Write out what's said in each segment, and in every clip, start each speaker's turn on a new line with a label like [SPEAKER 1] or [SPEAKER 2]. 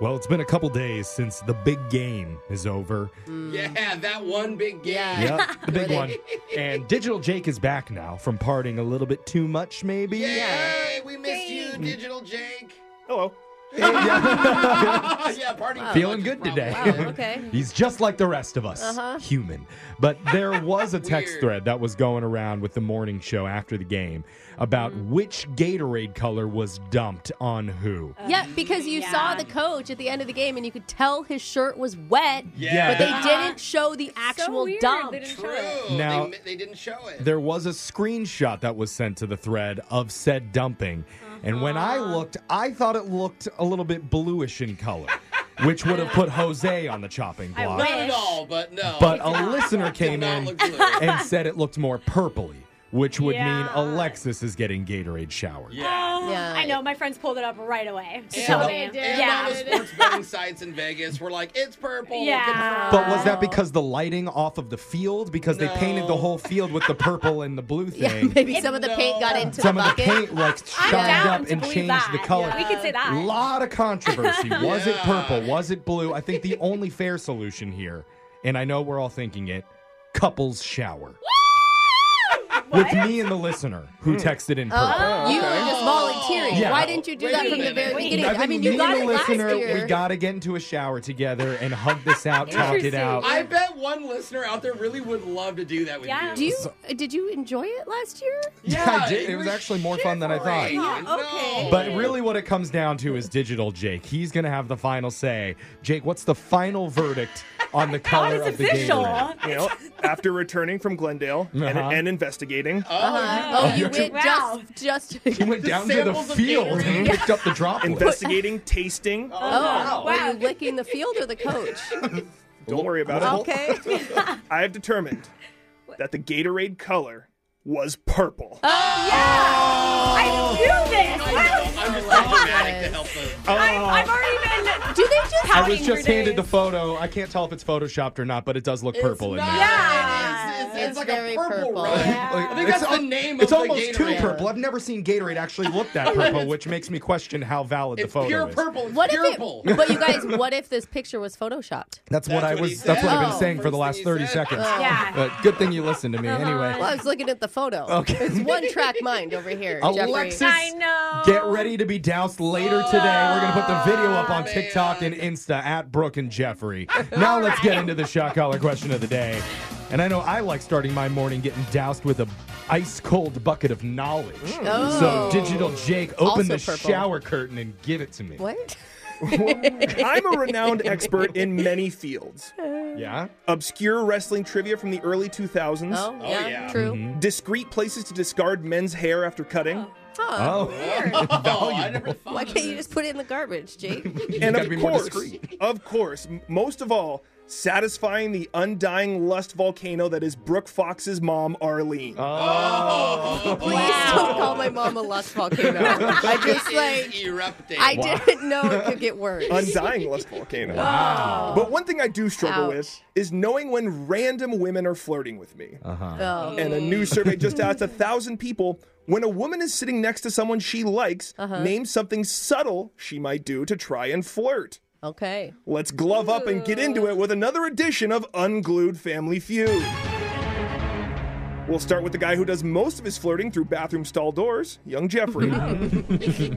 [SPEAKER 1] Well, it's been a couple days since the big game is over.
[SPEAKER 2] Yeah, that one big game.
[SPEAKER 3] Yeah.
[SPEAKER 1] Yep, the big
[SPEAKER 3] Mm. Really?
[SPEAKER 1] one. And Digital Jake is back now from partying a little bit too much, maybe.
[SPEAKER 2] Yay, we missed you, Digital Jake. Oh,
[SPEAKER 1] Hello.
[SPEAKER 2] yeah, party. too
[SPEAKER 1] Feeling
[SPEAKER 2] much
[SPEAKER 1] good
[SPEAKER 2] is
[SPEAKER 1] today.
[SPEAKER 2] probably-
[SPEAKER 3] Oh, Wow, okay.
[SPEAKER 1] He's just like the rest of us,
[SPEAKER 3] Uh-huh.
[SPEAKER 1] human. But there was a text
[SPEAKER 2] Weird.
[SPEAKER 1] thread that was going around with the morning show after the game about
[SPEAKER 3] Mm.
[SPEAKER 1] which Gatorade color was dumped on who.
[SPEAKER 3] Yeah, because you saw the coach at the end of the game and you could tell his shirt was wet,
[SPEAKER 1] Yeah.
[SPEAKER 3] but they didn't show the actual
[SPEAKER 4] weird.
[SPEAKER 3] dump.
[SPEAKER 4] They didn't show it.
[SPEAKER 2] True.
[SPEAKER 1] Now-
[SPEAKER 2] they, they didn't show it.
[SPEAKER 1] There was a screenshot that was sent to the thread of said dumping. And when I looked, I thought it looked a little bit bluish in color, which would have put Jose on the chopping
[SPEAKER 4] I
[SPEAKER 1] block.
[SPEAKER 2] Not at all, but no.
[SPEAKER 1] But a listener came
[SPEAKER 2] not
[SPEAKER 1] in
[SPEAKER 2] look good.
[SPEAKER 1] and said it looked more purpley, which would mean
[SPEAKER 4] Yeah.
[SPEAKER 1] Alexis is getting Gatorade showered.
[SPEAKER 2] yeah.
[SPEAKER 4] Oh,
[SPEAKER 3] Yeah.
[SPEAKER 4] I know. My friends pulled it up right away.
[SPEAKER 2] And,
[SPEAKER 4] So
[SPEAKER 1] So-
[SPEAKER 4] they
[SPEAKER 2] and
[SPEAKER 4] did.
[SPEAKER 2] all the
[SPEAKER 4] Yeah.
[SPEAKER 2] sports betting sites in Vegas were like, it's purple.
[SPEAKER 4] Yeah.
[SPEAKER 1] But was that because the lighting off of the field? Because they painted the
[SPEAKER 2] No.
[SPEAKER 1] whole field with the purple and the blue
[SPEAKER 3] Yeah,
[SPEAKER 1] thing.
[SPEAKER 3] maybe some of the paint got
[SPEAKER 2] No.
[SPEAKER 3] into
[SPEAKER 1] Some
[SPEAKER 3] the
[SPEAKER 1] of the
[SPEAKER 3] bucket.
[SPEAKER 1] paint like
[SPEAKER 4] I'm
[SPEAKER 1] shined
[SPEAKER 4] down
[SPEAKER 1] up
[SPEAKER 4] to
[SPEAKER 1] and
[SPEAKER 4] believe
[SPEAKER 1] changed
[SPEAKER 4] that.
[SPEAKER 1] the color.
[SPEAKER 4] We could say that.
[SPEAKER 1] A lot of controversy. Was it
[SPEAKER 2] Yeah.
[SPEAKER 1] purple? Was it blue? I think the only fair solution here, and I know we're all thinking it, couples shower. With me and the listener who texted in purple.
[SPEAKER 3] Oh, you were just volunteering.
[SPEAKER 1] Yeah.
[SPEAKER 3] Why didn't you do
[SPEAKER 2] Wait
[SPEAKER 3] that
[SPEAKER 2] a
[SPEAKER 3] from the
[SPEAKER 2] minute.
[SPEAKER 3] very
[SPEAKER 2] Wait.
[SPEAKER 3] beginning?
[SPEAKER 1] I,
[SPEAKER 3] I,
[SPEAKER 1] think
[SPEAKER 3] mean,
[SPEAKER 1] me
[SPEAKER 3] you got
[SPEAKER 1] and
[SPEAKER 3] it
[SPEAKER 1] the
[SPEAKER 3] last
[SPEAKER 1] listener,
[SPEAKER 3] year.
[SPEAKER 1] we gotta get into a shower together and hug this out, talk it
[SPEAKER 4] Interesting.
[SPEAKER 1] out.
[SPEAKER 2] I bet one listener out there really would love to do that with
[SPEAKER 4] Yeah.
[SPEAKER 3] do you uh, did you enjoy it last year?
[SPEAKER 1] Yeah, I did. It was actually more fun than I thought.
[SPEAKER 4] Oh,
[SPEAKER 2] Okay.
[SPEAKER 1] But really, what it comes down to is digital Jake. He's going to have the final say. Jake, what's the final verdict on the
[SPEAKER 4] God,
[SPEAKER 1] color
[SPEAKER 4] it's
[SPEAKER 1] of the
[SPEAKER 4] official.
[SPEAKER 1] Gatorade?
[SPEAKER 5] you know, after returning from Glendale and,
[SPEAKER 1] Uh-huh.
[SPEAKER 5] and investigating.
[SPEAKER 3] Oh, you went
[SPEAKER 4] Wow.
[SPEAKER 3] just just
[SPEAKER 1] He went
[SPEAKER 2] The
[SPEAKER 1] down to the
[SPEAKER 2] samples of
[SPEAKER 1] field
[SPEAKER 2] Gatorade.
[SPEAKER 1] and picked up the droplets.
[SPEAKER 5] Investigating, tasting.
[SPEAKER 3] Oh,
[SPEAKER 4] Wow.
[SPEAKER 3] were you licking the field or the coach?
[SPEAKER 5] Don't worry about it.
[SPEAKER 3] Okay.
[SPEAKER 5] I have determined that the Gatorade color was purple.
[SPEAKER 3] Oh.
[SPEAKER 4] I knew this. Wow.
[SPEAKER 2] I'm just automatic to help them.
[SPEAKER 4] I'm, I've already been.
[SPEAKER 3] Do they just
[SPEAKER 1] I
[SPEAKER 3] have
[SPEAKER 1] was
[SPEAKER 4] pouting
[SPEAKER 1] just
[SPEAKER 4] for
[SPEAKER 1] handed the
[SPEAKER 4] days.
[SPEAKER 1] photo. I can't tell if it's photoshopped or not, but it does look purple in
[SPEAKER 2] It's not.
[SPEAKER 1] there.
[SPEAKER 2] It is- it's,
[SPEAKER 3] It's
[SPEAKER 2] like
[SPEAKER 3] very
[SPEAKER 2] a purple,
[SPEAKER 3] purple.
[SPEAKER 2] red.
[SPEAKER 4] Yeah.
[SPEAKER 1] Like,
[SPEAKER 2] I think
[SPEAKER 1] it's
[SPEAKER 2] that's
[SPEAKER 1] al-
[SPEAKER 2] the name
[SPEAKER 1] it's
[SPEAKER 2] of
[SPEAKER 1] almost
[SPEAKER 2] the Gatorade.
[SPEAKER 1] too purple. I've never seen Gatorade actually look that purple, which makes me question how valid the
[SPEAKER 2] It's
[SPEAKER 1] photo
[SPEAKER 2] pure
[SPEAKER 1] is.
[SPEAKER 2] purple. It's
[SPEAKER 3] What
[SPEAKER 2] pure
[SPEAKER 3] if
[SPEAKER 2] purple.
[SPEAKER 3] it, but you guys, what if this picture was photoshopped?
[SPEAKER 1] That's what
[SPEAKER 2] That's
[SPEAKER 1] I
[SPEAKER 2] what he
[SPEAKER 1] was. that's what I've been
[SPEAKER 3] said.
[SPEAKER 1] saying for the
[SPEAKER 2] First
[SPEAKER 1] last
[SPEAKER 2] thing he
[SPEAKER 1] thirty
[SPEAKER 2] said.
[SPEAKER 1] seconds.
[SPEAKER 4] Yeah.
[SPEAKER 1] But good thing you listened to me anyway.
[SPEAKER 3] Well, I was looking at the photo.
[SPEAKER 1] Okay.
[SPEAKER 3] It's one track mind over here,
[SPEAKER 1] Alexis,
[SPEAKER 3] Jeffrey.
[SPEAKER 4] I know.
[SPEAKER 1] Get ready to be doused later today. We're going to put the video up on
[SPEAKER 2] man.
[SPEAKER 1] TikTok and Insta at Brooke and Jeffrey. Now let's get into the shot collar question of the day. And I know I like starting my morning getting doused with a ice cold bucket of knowledge.
[SPEAKER 3] Oh.
[SPEAKER 1] So digital Jake, open
[SPEAKER 3] Also
[SPEAKER 1] the
[SPEAKER 3] purple.
[SPEAKER 1] shower curtain and give it to me.
[SPEAKER 3] What?
[SPEAKER 5] I'm a renowned expert in many fields.
[SPEAKER 1] Yeah.
[SPEAKER 5] Obscure wrestling trivia from the early 2000s.
[SPEAKER 3] Oh,
[SPEAKER 2] Oh,
[SPEAKER 3] yeah,
[SPEAKER 2] yeah.
[SPEAKER 3] true.
[SPEAKER 5] Discreet places to discard men's hair after cutting.
[SPEAKER 3] Huh.
[SPEAKER 1] Oh.
[SPEAKER 2] Oh, I never thought
[SPEAKER 3] Why
[SPEAKER 2] of
[SPEAKER 3] can't
[SPEAKER 2] it.
[SPEAKER 3] you just put it in the garbage, Jake?
[SPEAKER 5] and
[SPEAKER 1] gotta
[SPEAKER 5] of
[SPEAKER 1] be more
[SPEAKER 5] course,
[SPEAKER 1] discreet.
[SPEAKER 5] of course, m- most of all, satisfying the undying lust volcano that is Brooke Fox's mom, Arlene.
[SPEAKER 3] Please don't call my mom a lust volcano. I just
[SPEAKER 2] It
[SPEAKER 3] like
[SPEAKER 2] is erupting.
[SPEAKER 3] I didn't know it could get worse.
[SPEAKER 5] undying lust volcano. But one thing I do struggle
[SPEAKER 3] Ouch.
[SPEAKER 5] with is knowing when random women are flirting with me.
[SPEAKER 3] Oh.
[SPEAKER 5] And a new survey just asked a thousand people when a woman is sitting next to someone she likes, name something subtle she might do to try and flirt.
[SPEAKER 3] Okay.
[SPEAKER 5] Let's glove up and get into it with another edition of Unglued Family Feud. We'll start with the guy who does most of his flirting through bathroom stall doors, young Jeffrey.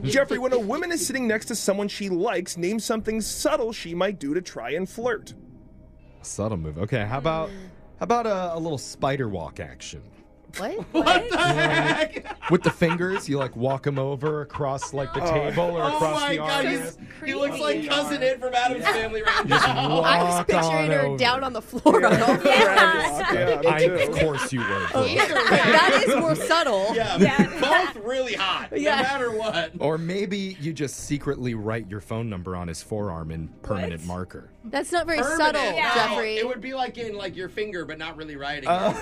[SPEAKER 5] Jeffrey, when a woman is sitting next to someone she likes, name something subtle she might do to try and flirt.
[SPEAKER 1] Subtle move. Okay, how about how about a, a little spider walk action?
[SPEAKER 3] What?
[SPEAKER 2] What the heck?
[SPEAKER 1] With the fingers, you like walk them over across like the table or
[SPEAKER 2] Oh
[SPEAKER 1] across
[SPEAKER 2] my
[SPEAKER 1] the
[SPEAKER 2] god,
[SPEAKER 1] arm.
[SPEAKER 2] he's, he looks like cousin Ed from Adam's Family Oh, right now.
[SPEAKER 3] I was
[SPEAKER 1] Walk
[SPEAKER 3] picturing
[SPEAKER 1] on
[SPEAKER 3] her
[SPEAKER 1] over.
[SPEAKER 3] down on the floor.
[SPEAKER 5] Yeah, me
[SPEAKER 1] I, of
[SPEAKER 5] too.
[SPEAKER 1] course you were. Brooke.
[SPEAKER 2] Either way,
[SPEAKER 3] that is more subtle.
[SPEAKER 2] yeah, both really hot,
[SPEAKER 3] Yeah.
[SPEAKER 2] no matter what.
[SPEAKER 1] Or maybe you just secretly write your phone number on his forearm in permanent marker.
[SPEAKER 3] That's not very
[SPEAKER 2] Permanent.
[SPEAKER 3] subtle,
[SPEAKER 2] No,
[SPEAKER 3] Jeffrey.
[SPEAKER 2] It would be like in like your finger, but not really writing.
[SPEAKER 1] Uh.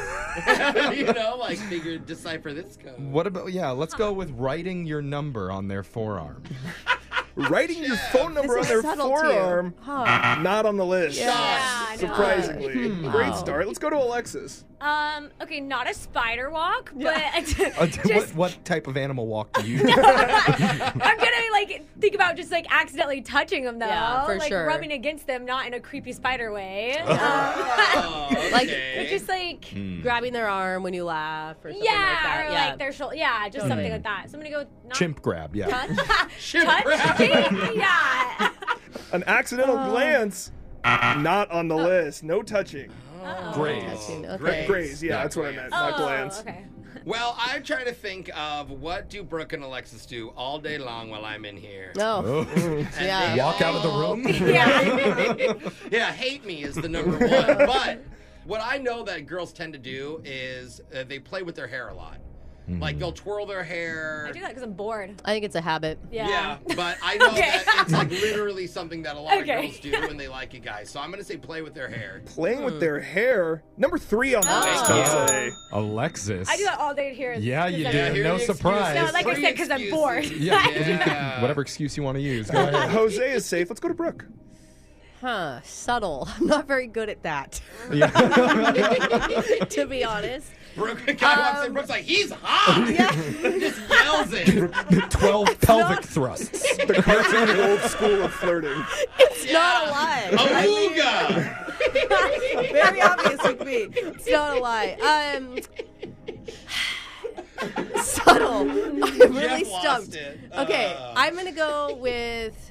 [SPEAKER 2] it. you know, like figure decipher this code.
[SPEAKER 1] What about yeah? Let's go with writing your number on their forearm.
[SPEAKER 5] Writing your phone number
[SPEAKER 3] This
[SPEAKER 5] on
[SPEAKER 3] is
[SPEAKER 5] their
[SPEAKER 3] subtle too.
[SPEAKER 5] forearm,
[SPEAKER 3] Huh.
[SPEAKER 5] not on the list.
[SPEAKER 3] Yeah. Hmm.
[SPEAKER 2] Gosh,
[SPEAKER 4] I know.
[SPEAKER 5] Surprisingly. Great start. Let's go to Alexis.
[SPEAKER 4] Um. Okay, not a spider walk, but
[SPEAKER 1] Uh,
[SPEAKER 4] just,
[SPEAKER 1] what, what type of animal walk do you?
[SPEAKER 4] I'm gonna like think about just like accidentally touching them though,
[SPEAKER 3] Yeah, for
[SPEAKER 4] like
[SPEAKER 3] sure.
[SPEAKER 4] rubbing against them, not in a creepy spider way. Um,
[SPEAKER 2] Oh, okay. Hmm.
[SPEAKER 3] Like,
[SPEAKER 4] But just like
[SPEAKER 3] Grabbing their arm when you laugh or
[SPEAKER 4] yeah,
[SPEAKER 3] something like that.
[SPEAKER 4] or
[SPEAKER 3] yeah.
[SPEAKER 4] like their shoulder. Yeah, just something like that. So I'm gonna go with not
[SPEAKER 1] Chimp grab, yeah.
[SPEAKER 2] Shit,
[SPEAKER 4] touch.
[SPEAKER 2] crap.
[SPEAKER 4] cheek? yeah.
[SPEAKER 5] An accidental
[SPEAKER 4] Oh.
[SPEAKER 5] glance. Not on the list. No touching.
[SPEAKER 1] Graze.
[SPEAKER 3] Okay.
[SPEAKER 2] Oh, Great.
[SPEAKER 5] Graze. Yeah,
[SPEAKER 2] Not
[SPEAKER 5] that's what I
[SPEAKER 2] glance.
[SPEAKER 5] meant. Not
[SPEAKER 4] Oh,
[SPEAKER 5] glance.
[SPEAKER 4] Okay.
[SPEAKER 2] Well, I'm trying to think of what do Brooke and Alexis do all day long while I'm in here.
[SPEAKER 3] No.
[SPEAKER 2] And
[SPEAKER 3] Oh, yeah.
[SPEAKER 2] they
[SPEAKER 1] Oh. Walk out of the
[SPEAKER 2] all-
[SPEAKER 1] room.
[SPEAKER 4] Yeah.
[SPEAKER 2] yeah, hate me is the number one. But what I know that girls tend to do is uh, they play with their hair a lot. Like they'll twirl their hair.
[SPEAKER 4] I do that because I'm bored.
[SPEAKER 3] I think it's a habit.
[SPEAKER 4] Yeah.
[SPEAKER 2] Yeah, but I know
[SPEAKER 4] Okay.
[SPEAKER 2] that it's like literally something that a lot
[SPEAKER 4] Okay.
[SPEAKER 2] of girls do when they like a guy. So I'm gonna say play with their hair.
[SPEAKER 5] Playing with their hair. Number three on the list, I'll
[SPEAKER 1] Yeah.
[SPEAKER 5] say.
[SPEAKER 1] Alexis.
[SPEAKER 4] I do that all day here.
[SPEAKER 1] Yeah, you
[SPEAKER 4] Because
[SPEAKER 1] do.
[SPEAKER 4] I-
[SPEAKER 2] Yeah, here
[SPEAKER 1] no
[SPEAKER 2] are the excuses.
[SPEAKER 1] surprise.
[SPEAKER 4] No, like I
[SPEAKER 2] Three
[SPEAKER 4] said, because I'm
[SPEAKER 2] excuses.
[SPEAKER 4] board.
[SPEAKER 1] Yeah,
[SPEAKER 2] Yeah.
[SPEAKER 1] whatever excuse you want to use. Go ahead.
[SPEAKER 5] Jose is safe. Let's go to Brooke.
[SPEAKER 3] Huh. Subtle. I'm not very good at that. to be honest.
[SPEAKER 2] Brooke, a guy walks
[SPEAKER 3] Um,
[SPEAKER 2] in, Brooke's like, he's hot. Just yells it.
[SPEAKER 1] Twelve pelvic thrusts.
[SPEAKER 5] The cartoon old school of flirting.
[SPEAKER 3] It's not a lie.
[SPEAKER 2] Awooga.
[SPEAKER 3] Oh, very obvious with me. It's not a lie. Um, subtle. I'm really
[SPEAKER 2] Jeff lost
[SPEAKER 3] stumped.
[SPEAKER 2] it.
[SPEAKER 3] Okay,
[SPEAKER 2] Uh.
[SPEAKER 3] I'm gonna go with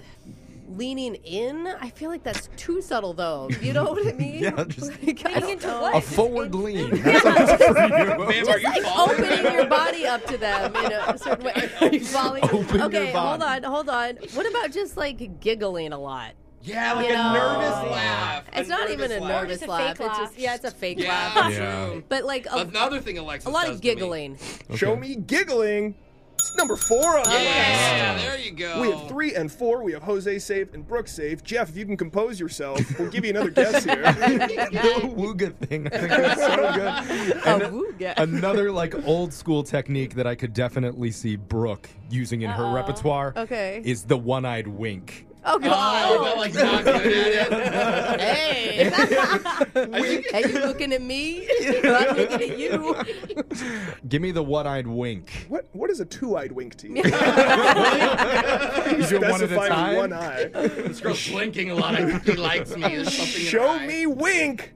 [SPEAKER 3] leaning in. I feel like that's too subtle, though. You know what I mean?
[SPEAKER 1] Yeah, just-
[SPEAKER 3] Like, I don't
[SPEAKER 4] into
[SPEAKER 3] know.
[SPEAKER 4] what?
[SPEAKER 1] A forward lean. That's for
[SPEAKER 2] Babe, are you falling?
[SPEAKER 3] Opening your body up to them in a certain way. Are you falling?
[SPEAKER 1] Open your
[SPEAKER 3] okay, hold on,
[SPEAKER 1] body.
[SPEAKER 3] hold on. What about just like giggling a lot?
[SPEAKER 2] Yeah, like
[SPEAKER 3] You
[SPEAKER 2] a
[SPEAKER 3] know.
[SPEAKER 2] nervous laugh.
[SPEAKER 3] It's not
[SPEAKER 2] nervous
[SPEAKER 3] even a
[SPEAKER 2] laugh.
[SPEAKER 3] nervous
[SPEAKER 4] Just a
[SPEAKER 3] laugh.
[SPEAKER 4] fake
[SPEAKER 3] It's
[SPEAKER 4] laugh.
[SPEAKER 3] just yeah, it's a fake
[SPEAKER 2] Yeah,
[SPEAKER 3] laugh.
[SPEAKER 1] Yeah.
[SPEAKER 2] true.
[SPEAKER 3] But like a,
[SPEAKER 2] Another thing Alexis
[SPEAKER 3] a lot
[SPEAKER 2] does
[SPEAKER 3] of
[SPEAKER 2] to me.
[SPEAKER 3] giggling.
[SPEAKER 5] Show me giggling. It's number four on the list.
[SPEAKER 2] Yeah, there you go.
[SPEAKER 5] We have three and four. We have Jose safe and Brooke safe. Jeff, if you can compose yourself, we'll give you another guess here.
[SPEAKER 1] the wooga thing. I think that's so
[SPEAKER 3] Oh,
[SPEAKER 1] good. And
[SPEAKER 3] wooga.
[SPEAKER 1] Another like old school technique that I could definitely see Brooke using in her repertoire.
[SPEAKER 3] Okay.
[SPEAKER 1] Is the one eyed wink.
[SPEAKER 3] Oh
[SPEAKER 2] Oh,
[SPEAKER 3] god.
[SPEAKER 2] but like not good at
[SPEAKER 1] Oh.
[SPEAKER 2] it.
[SPEAKER 3] Hey.
[SPEAKER 2] I think
[SPEAKER 3] Are you looking at me? I'm looking at you.
[SPEAKER 1] Give me the one eyed wink.
[SPEAKER 5] what what is a two-eyed wink to you?
[SPEAKER 1] You do it one at a
[SPEAKER 5] Specify
[SPEAKER 1] time.
[SPEAKER 5] one eye.
[SPEAKER 2] this girl's blinking a lot. I think he likes me or something. in her
[SPEAKER 5] Show
[SPEAKER 2] eye.
[SPEAKER 5] me wink.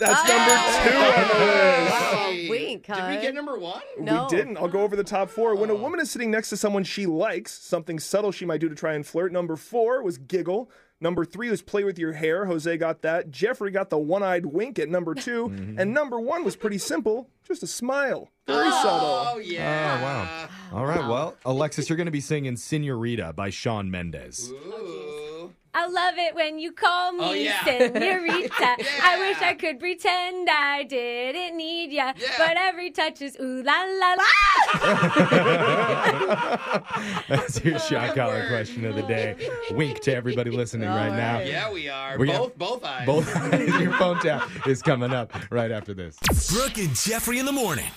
[SPEAKER 5] That's
[SPEAKER 3] Ah.
[SPEAKER 5] number two on the list.
[SPEAKER 3] Wow,
[SPEAKER 2] Hey,
[SPEAKER 3] wink, huh?
[SPEAKER 2] Did we get number one?
[SPEAKER 3] No.
[SPEAKER 5] We didn't. I'll go over the top four. When a woman is sitting next to someone she likes, something subtle she might do to try and flirt. Number four was giggle. Number three was play with your hair. Jose got that. Jeffrey got the one eyed wink at number 2 And number one was pretty simple just a smile. Very
[SPEAKER 2] Oh
[SPEAKER 5] subtle.
[SPEAKER 2] yeah.
[SPEAKER 1] All right, well, Alexis, you're going to be singing Senorita by Sean Mendes.
[SPEAKER 2] Ooh.
[SPEAKER 4] I love it when you call me
[SPEAKER 2] Oh, yeah.
[SPEAKER 4] senorita. I wish
[SPEAKER 2] Yeah.
[SPEAKER 4] I could pretend I didn't need ya,
[SPEAKER 2] Yeah.
[SPEAKER 4] but every touch is ooh la la la.
[SPEAKER 1] That's your shot collar
[SPEAKER 2] word.
[SPEAKER 1] question of the day. Wink to everybody listening
[SPEAKER 3] All
[SPEAKER 1] right now.
[SPEAKER 3] right.
[SPEAKER 2] Yeah, we are.
[SPEAKER 1] We
[SPEAKER 2] both
[SPEAKER 1] have-
[SPEAKER 2] both eyes.
[SPEAKER 1] Both your phone tap is coming up right after this.
[SPEAKER 6] Brooke and Jeffrey in the morning.